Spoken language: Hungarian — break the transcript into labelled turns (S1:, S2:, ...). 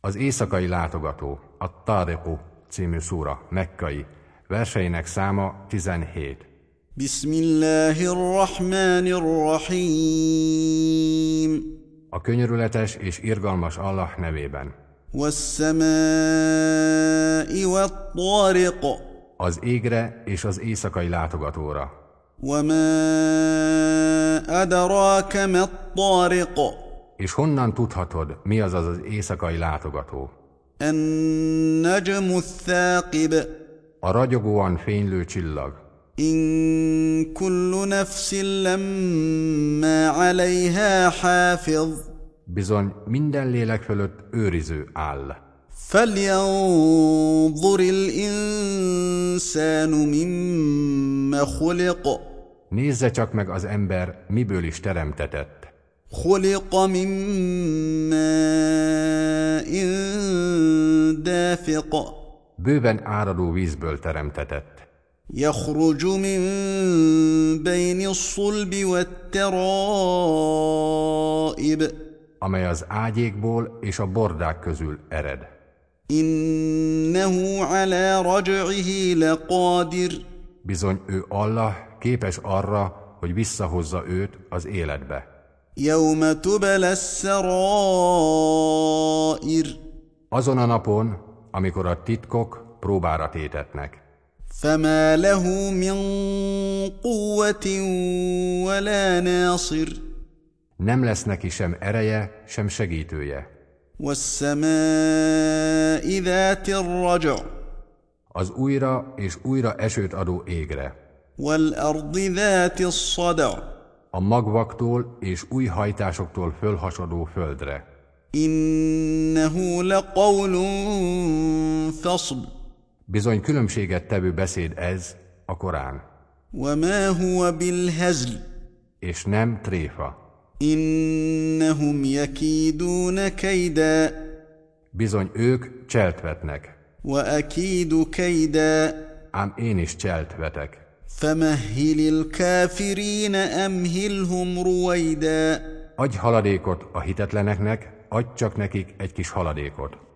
S1: Az éjszakai látogató, a Tariku című szúra, mekkai, verseinek száma 17.
S2: بسم الله الرحمن الرحيم
S1: A könyörületes és irgalmas Allah nevében.
S2: والسماء والطارق
S1: Az égre és az éjszakai látogatóra.
S2: وما أدراك ما الطارق
S1: És honnan tudhatod, mi az az, az éjszakai látogató?
S2: النجم الثاقب
S1: A ragyogóan fénylő csillag.
S2: إن كل نفس لما عليها حافظ
S1: Bizony minden lélek fölött őriző áll.
S2: فلينظر الإنسان مما خلق
S1: Nézze csak meg az ember, miből is teremtetett.
S2: خلق من ماء دافق
S1: Bőven áradó vízből teremtetett.
S2: يخرج من بين الصلب والترائب
S1: amely az ágyékból és a bordák közül ered.
S2: إنه على رجعه لقادر
S1: Bizony ő Allah képes arra, hogy visszahozza őt az életbe.
S2: يوم تبلى السرائر
S1: Azon a napon, amikor a titkok próbára tétetnek,
S2: فما له من قوة ولا ناصر
S1: nem lesz neki sem ereje, sem segítője.
S2: والسماء ذات الرجع
S1: Az újra és újra esőt adó égre,
S2: والأرض ذات الصدع
S1: a magvaktól és új hajtásoktól fölhasadó földre.
S2: إنه لقول فصل
S1: Bizony különbséget tevő beszéd ez a Korán,
S2: وما هو بالهزل
S1: és nem tréfa.
S2: إنهم يكيدون كيدا
S1: Bizony ők cselt vetnek,
S2: وأكيد كيدا
S1: ám én is cselt vetek.
S2: فمهل الكافرين أمهلهم رويدا
S1: Adj haladékot a hitetleneknek, adj csak nekik egy kis haladékot.